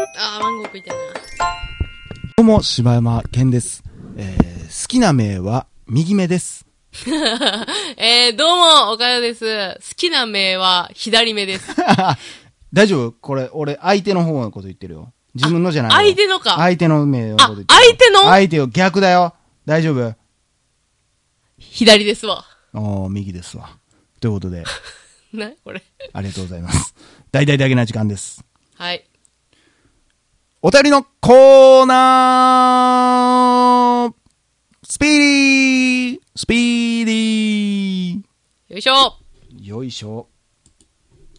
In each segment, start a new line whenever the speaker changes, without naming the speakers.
文句言ってんな。
どうも、柴山健です。えー、好きな名は、右目 です。
えー、どうも、岡田です。好きな目は左目です。
大丈夫これ、俺、相手の方のこと言ってるよ。自分のじゃないよ
相手のか。
相手の名のこと言って
あ相手の
相手よ、逆だよ。大丈夫
左ですわ。
おー、右ですわ。ということで、
な、これ。
ありがとうございます。大々だけな時間です。
はい。
お便りのコーナースピーディースピーディー
よいしょ。
よいしょ。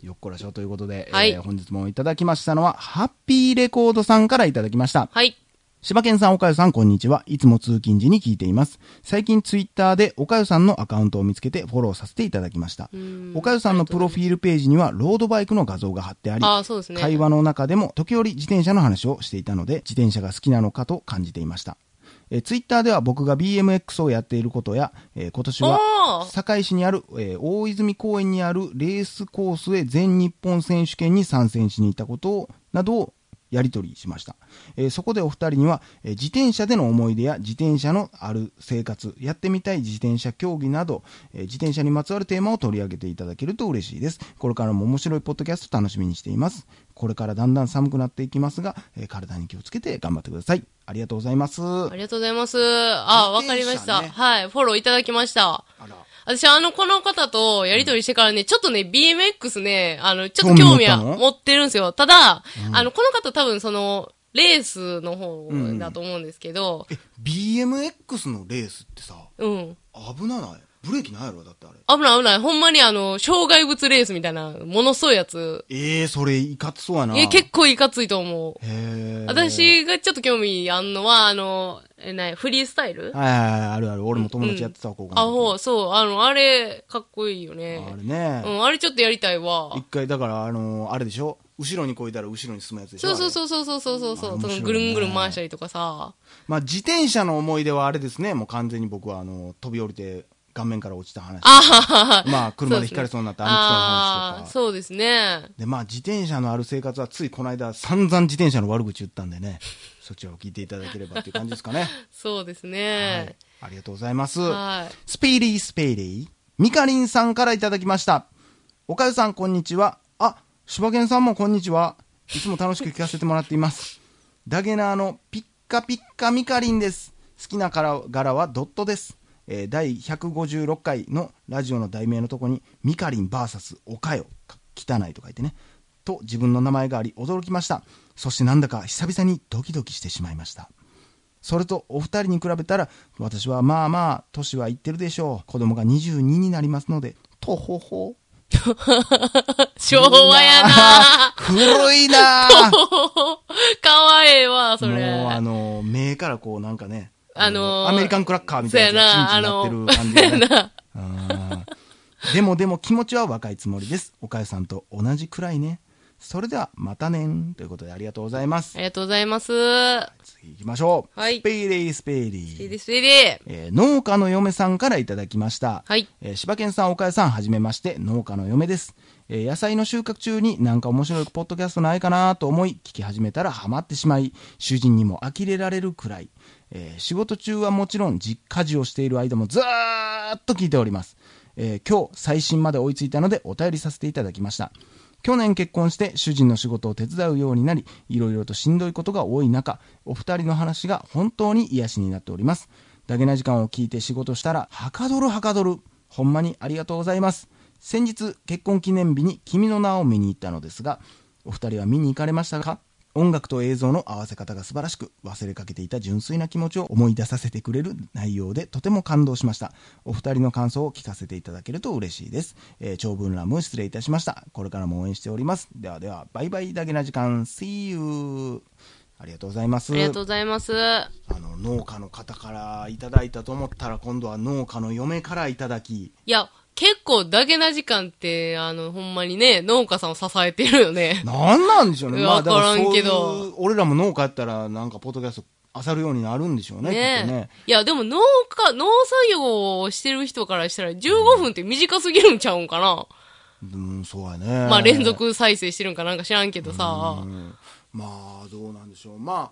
よっこらしょということで、
はい
えー本日もいただきましたのは、ハッピーレコードさんからいただきました。
はい。
柴犬さん、おかゆさん、こんにちは。いつも通勤時に聞いています。最近ツイッターでおかゆさんのアカウントを見つけてフォローさせていただきました。おかゆさんのプロフィールページには、ロードバイクの画像が貼ってあり、
あーそうですね
会話の中でも時折自転車の話をしていたので、自転車が好きなのかと感じていました。えー、ツイッターでは僕が BMX をやっていることや、えー今年は
おー
堺市にある、えー大泉公園にあるレースコースへ全日本選手権に参戦しに行ったことをなどをやり取りしました、えーそこでお二人には、えー自転車での思い出や自転車のある生活やってみたい自転車競技など、えー自転車にまつわるテーマを取り上げていただけると嬉しいですこれからも面白いポッドキャスト楽しみにしていますこれからだんだん寒くなっていきますが、えー体に気をつけて頑張ってくださいありがとうございます
ありがとうございます。あー、わかりました、
自転車ね
はい。フォローいただきました。
あら
私、あの、この方とやりとりしてからね、ちょっとね、BMX ね、あの、ちょっと興味は
興味持ったの
持ってるんですよ。ただ、あの、この方多分その、レースの方
ん
だと思うんですけど、
え BMX のレースってさ
うん。
危なないブレーキないやろだってあれ
危ない危ない。ほんまにあの、障害物レースみたいな、ものすごいやつ。
ええー、それいかつそうやない
や、結構いかついと思う。
へえ
私がちょっと興味あんのは、あの、え、なフリースタイル
はいはいはいあるある俺も友達やってたわ高校
あ、
の
ほう、そう、あの、あれ、かっこいいよ
時
ね
あ。れね
うん、あれちょっとやりたいわ
一。回だからあのーあれでしょ後ろにこいだら後ろに進むやつでしょ
そうそう
う
そうそうそうそうそう
あ
そ
面白いね
のぐるんぐるん回したりとかさ。
まあ自転車の思い出はあれですねもう完全に僕はあの飛び降りて顔面から落ちた話
あははは
まあ車でひかれそうになった兄貴との話とか
あーそうですね。
でまあ自転車のある生活はついこの間散々自転車の悪口言ったんでねそちらを聞いていただければっていう感じです かね
そうです
はい
ね。
ありがとうございます
はい。
スピーリースペーリー、ミカリンさんからいただきました。おかゆさん、こんにちは。あ、柴犬さんもこんにちは。いつも楽しく聞かせてもらっています。ダゲナーのピッカピッカミカリンです。好きな柄柄はドットです。えー第156回のラジオの題名のとこに、ミカリン VS おかよ、か汚いと書いてね。と自分の名前があり驚きました。そしてなんだか久々にドキドキしてしまいました。それとお二人に比べたら私はまあまあ年はいってるでしょう子供が22になりますのでとほほ
昭和や な
古いなあ
かわいいわ、 それ。
もうあの目からこうなんかね
あのー
アメリカンクラッカーみたいなや つ
そうやな
がチンチンなってる感じがねうんでもでも気持ちは若いつもりですおかゆさんと同じくらいねそれではまたねんということでありがとうございます
ありがとうございます。は
次行きましょう、
はい
スペイレイスペイリー
いいです、いいで
えー農家の嫁さんからいただきました。
はい
えー柴犬さん、岡谷さん、はじめまして、農家の嫁です。えー野菜の収穫中になんか面白いポッドキャストないかなと思い、聞き始めたらハマってしまい、主人にも呆れられるくらい。えー仕事中はもちろん、実家事をしている間もずーっと聞いております。えー今日、最新まで追いついたのでお便りさせていただきました。去年結婚して主人の仕事を手伝うようになり、いろいろとしんどいことが多い中、お二人の話が本当に癒しになっております。ダゲな時間を聞いて仕事したら、はかどるはかどる。ほんまにありがとうございます。先日、結婚記念日に君の名を見に行ったのですが、お二人は見に行かれましたか音楽と映像の合わせ方が素晴らしく忘れかけていた純粋な気持ちを思い出させてくれる内容でとても感動しましたお二人の感想を聞かせていただけると嬉しいです、えー長文乱文失礼いたしましたこれからも応援しておりますではではバイバイだけな時間 See you ありがとうございます
ありがとうございます。
あの農家の方からいただいたと思ったら今度は農家の嫁からいただき
いや、結構ダゲな時間って、あの、ほんまにね、農家さんを支えてるよね。
なんなんでしょうね。
いや
まあ、だから
わからんけ
そういう
ど
俺らも農家やったら、なんか、ポッドキャスト、あさるようになるんでしょう ね、きっとね
ね。いや、でも農家、農作業をしてる人からしたら15分って短すぎるんちゃうんかな、
うん、そうやね。
まあ連。続再生してるんかなんか知らんけどさ。
うんまあどうなんでしょうまあ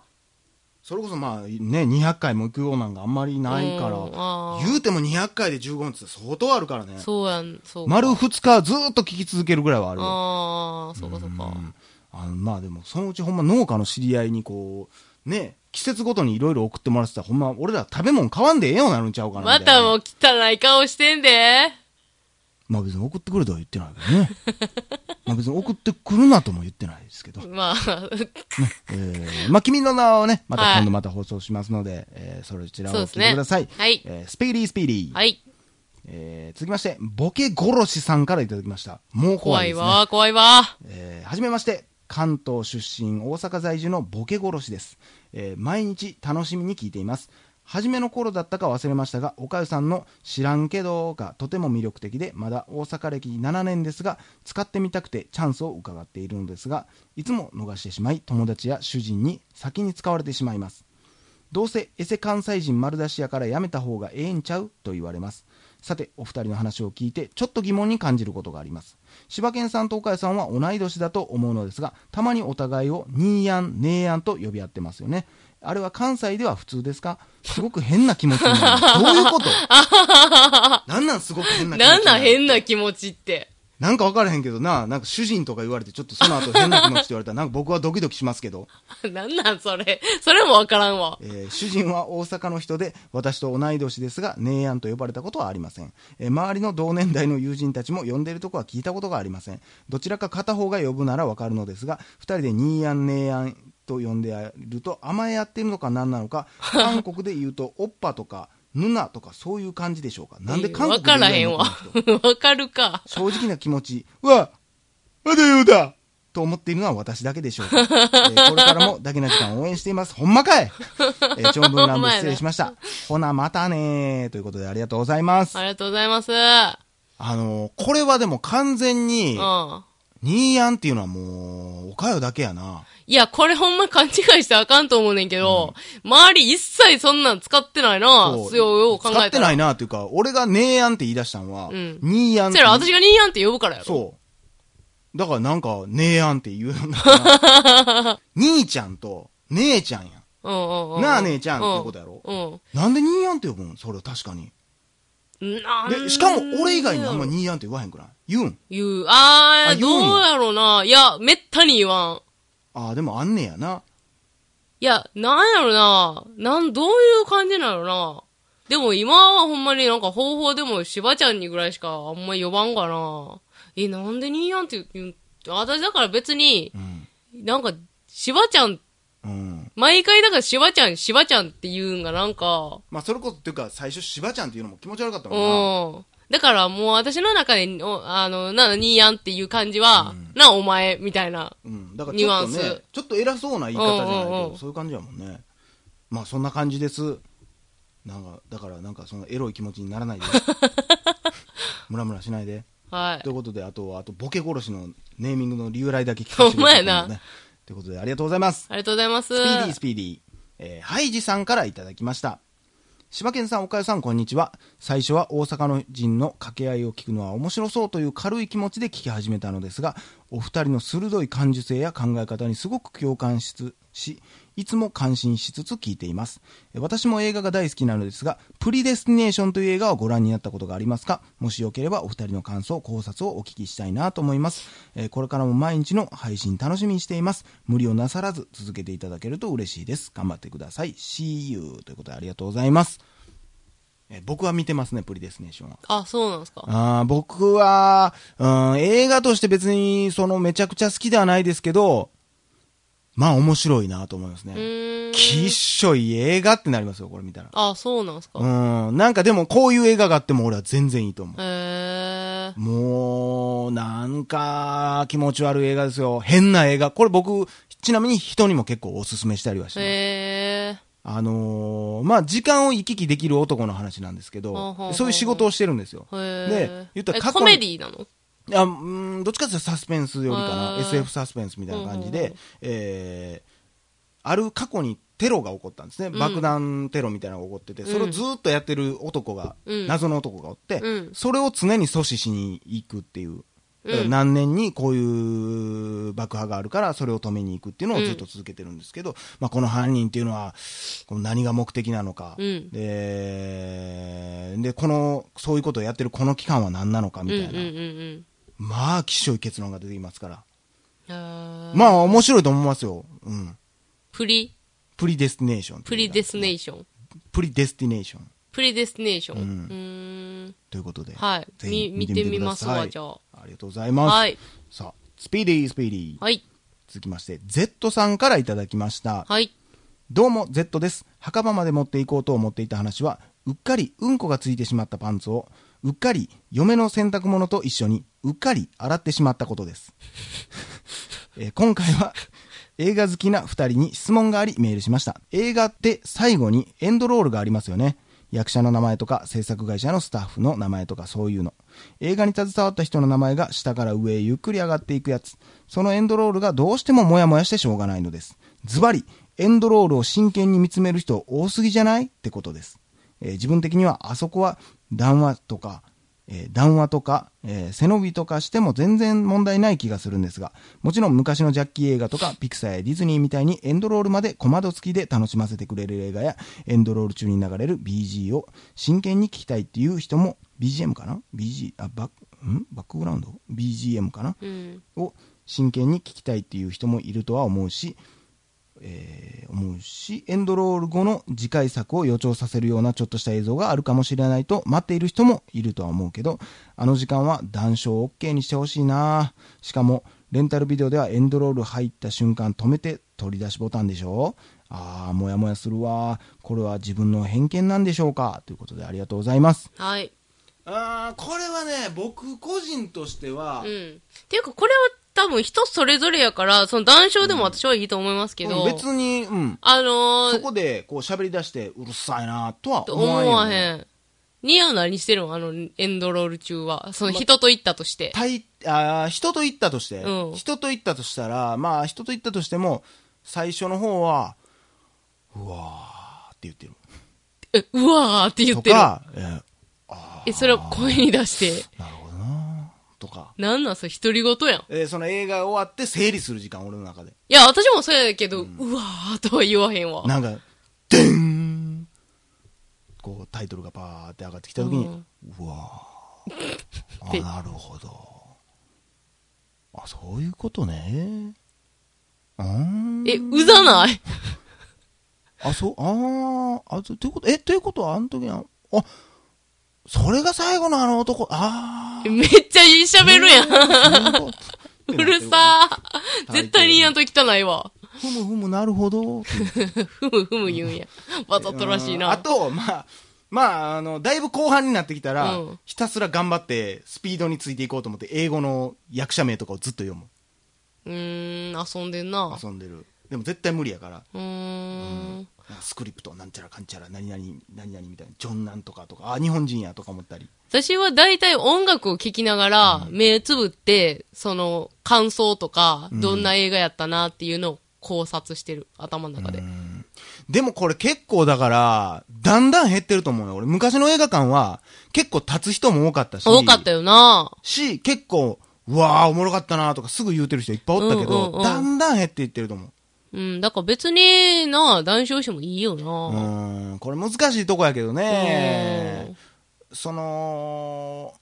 それこそまあね200回も行くようなんがあんまりないか
うん
ら
あー
言うても200回で15分って相当あるからね
そうやん、そうか。
丸2日ずーっと聞き続けるぐらいはあるよ
ああ、そうかそうか。
うんあのまあでもそのうちほんま農家の知り合いにこうね季節ごとにいろいろ送ってもらってたらほんま俺ら食べ物買わんでええようになるんちゃうかなみ
ま
いな
たもう汚い顔してんで。
まあ別に送ってくれとは言ってないけどねまあ別に送ってくるなとも言ってないですけど、
まあ、
えーまあ君の名はねまた今度また放送しますので、えーそちらを
そうで
聞い
すね
てください、
はい
えースピーディースピーディー、
はい。
えー続きましてボケ殺しさんからいただきましたもう怖
怖
いで
い
すね
わ、怖いわ。
えーはじめまして関東出身大阪在住のボケ殺しです、えー毎日楽しみに聞いています初めの頃だったか忘れましたがおかゆさんの「知らんけど」がとても魅力的でまだ大阪歴7年ですが使ってみたくてチャンスを伺っているのですがいつも逃してしまい友達や主人に先に使われてしまいますどうせエセ関西人丸出しやからやめた方がええんちゃうと言われますさてお二人の話を聞いてちょっと疑問に感じることがあります柴犬さんと岡谷さんは同い年だと思うのですがたまにお互いをニーヤンネーヤンと呼び合ってますよねあれは関西では普通ですかすごく変な気持ち になるどういうことなんなんすごく変 な気持ちに
なんなん変
な
な気持ちって。
なんか分からへんけどななんか主人とか言われてちょっとその後変な気持ちって言われたらなんか僕はドキドキしますけど
なんなんそれ。それもわからんわ。
えー主人は大阪の人で私と同い年ですが姉やんと呼ばれたことはありません、えー周りの同年代の友人たちも呼んでいるとこは聞いたことがありませんどちらか片方が呼ぶならわかるのですが2人でニーヤンネーヤンと呼んでやると甘えやってるのか何なのか韓国で言うとオッパとかヌナとかそういう感じでしょうかなんで韓
わ
国で
からへ
言
ん
うの
わ
かなと。
わかるか。
正直な気持ちは、まだ言うだと思っているのは私だけでし ょうか。えーこれからもだけな時間を応援しています。ほんまかい、え ー長文乱文失礼しました。ほな、またねー。ということでありがとうございます。
ありがとうございます。う
あのーこれはでも完全に
ん。、
ニーヤンっていうのはもう、おかよだけやな。
いや、これほんま勘違いしてあかんと思うねんけど、周り一切そんなん使ってないな。
そう
そうよう考えたら。
使ってない
な。
なっていうか、俺がネーヤンって言い出したのは、
うん
ニーヤ
そ
ンっ
してたら私がニーヤンって呼ぶからやろ。
そう。だからなんか、姉やんって言うようになった な兄ちゃんと姉ちゃんやん。
う。うんうんうん。
なあ姉ちゃんってことやろ
うん。
なんで兄やんって呼ぶんそれは確かに。
うんなん
で、しかも俺以外にあんま兄やんって言わへんくない言うん。
言う。あー
あ言うんや
どうやろうな。いや、めったに言わん。
ああ、でもあんねやな。
いや、なんやろな。なん、どういう感じなのな。でも今はほんまになんか方法でもしばちゃんにぐらいしかあんま呼ばんかな。え、なんでにやんって言う、私だから別に
う、ん。
なんか、しばちゃん、
うん。
毎回だからしばちゃん、しばちゃんって言うんがなんか、
まあ、それこそ、っていうか、最初、しばちゃんっていうのも気持ち悪かった
う
もんな。
ん。だからもう私の中で、おあの、な、にやんっていう感じは、な、お前、みたいな。
うん。だからちょっと
ニュアンス、
ねちょっと偉そうな言い方じゃない
うん
け
うんう
ど、
ん
そういう感じやもんね。まあ、そんな感じです。なんか、だから、なんか、そのエロい気持ちにならないで。 ムラムラしないで。
はい
とい。うことで、あと、あと、ボケ殺しのネーミングの由来だけ聞かせてください、
ほんまやな。
ということで、ありがとうございます。
ありがとうございます。
スピーディースピーディー。えーハイジさんからいただきました。柴犬さん、岡谷さん、こんにちは。最初は大阪の人の掛け合いを聞くのは面白そうという軽い気持ちで聞き始めたのですが、お二人の鋭い感受性や考え方にすごく共感しつし、いつも感心しつつ聞いています。えー私も映画が大好きなのですが、プリデスティネーションという映画をご覧になったことがありますかもしよければお二人の感想、考察をお聞きしたいなと思います。えーこれからも毎日の配信楽しみにしています。無理をなさらず続けていただけると嬉しいです。頑張ってください。See you ということでありがとうございます。えー僕は見てますね、プリデスティネーションは。
あ、そうなんですか。
あー僕は、うん、映画として別に、そのめちゃくちゃ好きではないですけど、まあ面白いなと思います
う
ね。
ーん。
きっしょい映画ってなりますよ、これ見たら。
あ、そうなんですか。
うん、なんかでもこういう映画があっても俺は全然いいと思う。
へえ。
もう、なんか、気持ち悪い映画ですよ。変な映画。これ僕、ちなみに人にも結構おすすめしたりはしてま
へ
す。
え。
あのーまあ、時間を行き来できる男の話なんですけ
ほうほうほうほ
ど、
う
そういう仕事をしてるんですよ。
へえ。
で言ったら
え
過去の
コメディなの
あうーんどっちかというとサスペンスよりかな、
へー
SF サスペンスみたいな感じで、
うんうんうん
えーある過去にテロが起こったんですね、
ん
爆弾テロみたいなのが起こってて、
ん
それをずっとやってる男が、
うん
謎の男がおって、
うん
それを常に阻止しに行くっていう、
ううん
何年にこういう爆破があるから、それを止めに行くっていうのをずっと続けてるんですけど、まあ、この犯人っていうのは、この何が目的なのか、
うん
で、で、この、そういうことをやってるこの期間は何なのかみ
うん
た
う
い
ん
な、
うんうん。
まあ、希少い結論が出てきますから。
あー
まあ、面白いと思いますよ。うん。
プリ、
プリデスティネーション。
プリデスネーション。
プリデスティネーション。
プリデスネーション。
う
うんーん。
ということで。
はい
ぜひ
み見てみますわ
見てみてくださいありがとうございます。
はい。
さあ、スピーディー、スピーディー。
はい。
続きまして、Z さんからいただきました。
はい。
どうも、Z です。墓場まで持っていこうと思っていた話は、うっかりうんこがついてしまったパンツを、うっかり嫁の洗濯物と一緒に、うっかり洗ってしまったことです。えー今回は、 映画好きな二人に質問がありメールしました。映画って最後にエンドロールがありますよね。役者の名前とか制作会社のスタッフの名前とかそういうの。映画に携わった人の名前が下から上へゆっくり上がっていくやつ。そのエンドロールがどうしてもモヤモヤしてしょうがないのです。ズバリ、エンドロールを真剣に見つめる人多すぎじゃないってことです。えー自分的にはあそこは談話とか、えー談話とか、えー背伸びとかしても全然問題ない気がするんですが、もちろん昔のジャッキー映画とか、ピクサーやディズニーみたいにエンドロールまで小窓付きで楽しませてくれる映画や、エンドロール中に流れる BG を真剣に聞きたいっていう人も、BGM かな ?BG、あ、バック、んバックグラウンド ?BGM かな
うん。
を真剣に聞きたいっていう人もいるとは思うし、えー思うし、エンドロール後の次回作を予兆させるようなちょっとした映像があるかもしれないと待っている人もいるとは思うけど、あの時間は談笑 OK にしてほしいなしかも、レンタルビデオではエンドロール入った瞬間止めて取り出しボタンでしょあー、もやもやするわこれは自分の偏見なんでしょうかということでありがとうございます。
はい。
あー、これはね、僕個人としては
うん。ていうか、これは多分人それぞれやから、その談笑でも私はいいと思いますけど、
別に、うん。
あの
そ
ー、
こでこう喋り出してうるさいなとは
と
思
思
わんよ
わ
ね
へん。ニア何してるのあの、エンドロール中は。その人と行ったとして。
大あー人と行ったとして、
うん
人と行ったとしたらまあ人と行ったとしても最初の方はうわーって言ってる
えうわーって言って
と
る。
か、えー
え、それを声に出して。
なるほどなーとか、
なんなんそれ独り言やん。
えーその映画終わって整理する時間俺の中で
いや、私もそうやけど、うわーとは言わへんわ。
なんかでんこうタイトルがパーって上がってきた時に、うわ
っ
ー
て
あなるほどあそういうことねうーん
え、うざない
あそうあーあとということえということはあの時はあそれが最後のあの男ああ
めっちゃいい喋るやん。 うるさー。絶対にやんと汚いわ。
ふむふむなるほど
ふむふむ言うんや。わざとらしい
うん
な。
あと、まあ、まあ、あの、だいぶ後半になってきたら、
うん
ひたすら頑張って、スピードについていこうと思って、英語の役者名とかをずっと読む。
うーん、遊んでんな。
遊んでる。でも絶対無理やから、
うーん。
なんかスクリプト、なんちゃらかんちゃら、何々、何々みたいな、ジョンなんとかとか、あ、日本人やとか思ったり。
私は大体音楽を聴きながら、目つぶって、その、感想とか、どんな映画やったなっていうのを考察してる。頭の中で。
でもこれ結構だから、だんだん減ってると思うよ。俺、昔の映画館は、結構立つ人も多かったし。
多かったよな。
し、結構、うわーおもろかったなーとかすぐ言うてる人いっぱいおったけど、
うんうんうん
だんだん減っていってると思う。
うん、だから別にな、談笑してもいいよ
う
な。
ーんこれ難しいとこやけど
う
ね
ん、
その、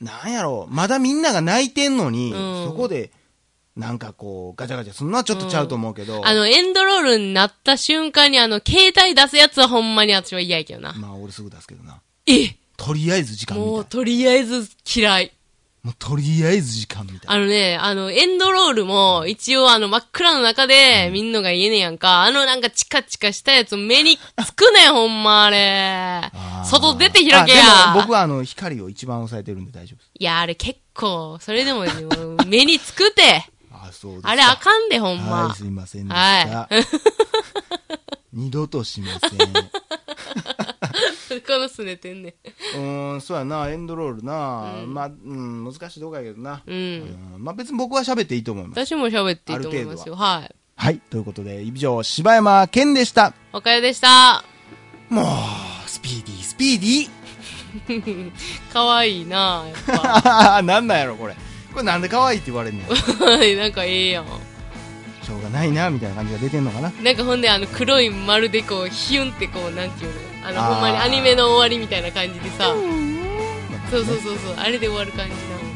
なんやろう、まだみんなが泣いてんのに、
うん
そこで、なんかこう、ガチャガチャするのはちょっとちゃうと思うけど、
あの、エンドロールになった瞬間に、あの、携帯出すやつはほんまに私は嫌やけどな。
まあ俺すぐ出すけどな。
え
とりあえず時間みたい。
も
もう
う、とりあえず嫌い。
とりあえず時間みたい。
あのね、あの、エンドロールも、一応あの、真っ暗の中で、見んのが言えねえやんか。あの、なんか、チカチカしたやつ、目につくねん、ほんま、あれ
あー。
外出て開けや
あでも僕はあの、光を一番抑えてるんで大丈夫です。
いや、あれ結構、それでもね、もう目につくて。
あ、そうですか
あれあかんで、ほん
は
ま
い、。すいませんでした。 二度としません。
このすねてんねん。
うーん、そうやな、エンドロールな、まあ、うん、難しいとこやけどな。
うん。
うんまあ別に僕は喋っていいと思います。
私も喋っていいと思いますよ。はい。
はい、ということで、以上、柴山健でした。
おかよでした。
もう、スピーディー、スピーディ
かわいいなやっぱ。
ー。なんなんやろ、これ。これなんで可愛いって言われんねんし
なんかええやん。
ょうがないなみたいな感じが出てんのかな
なんかほんであの黒い丸でこうヒュンってこうなんていうのあの
あー
ほんまにアニメの終わりみたいな感じでさ、
うん
そうそうそうそうあれで終わる感じな